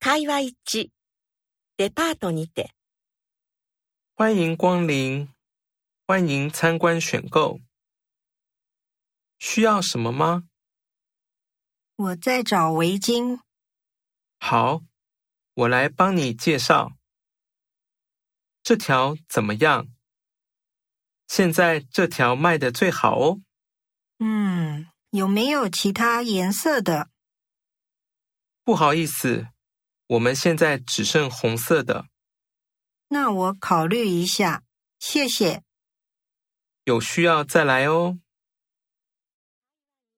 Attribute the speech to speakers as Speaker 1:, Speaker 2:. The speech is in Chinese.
Speaker 1: 会話1、デパートにて、
Speaker 2: 欢迎光临，欢迎参观选购。需要什么吗？
Speaker 3: 我在找围巾，
Speaker 2: 好，我来帮你介绍。这条怎么样？现在这条卖的最好哦。
Speaker 3: 嗯，有没有其他颜色的？
Speaker 2: 不好意思，我们现在只剩红色的，
Speaker 3: 那我考虑一下，谢谢。
Speaker 2: 有需要再来哦。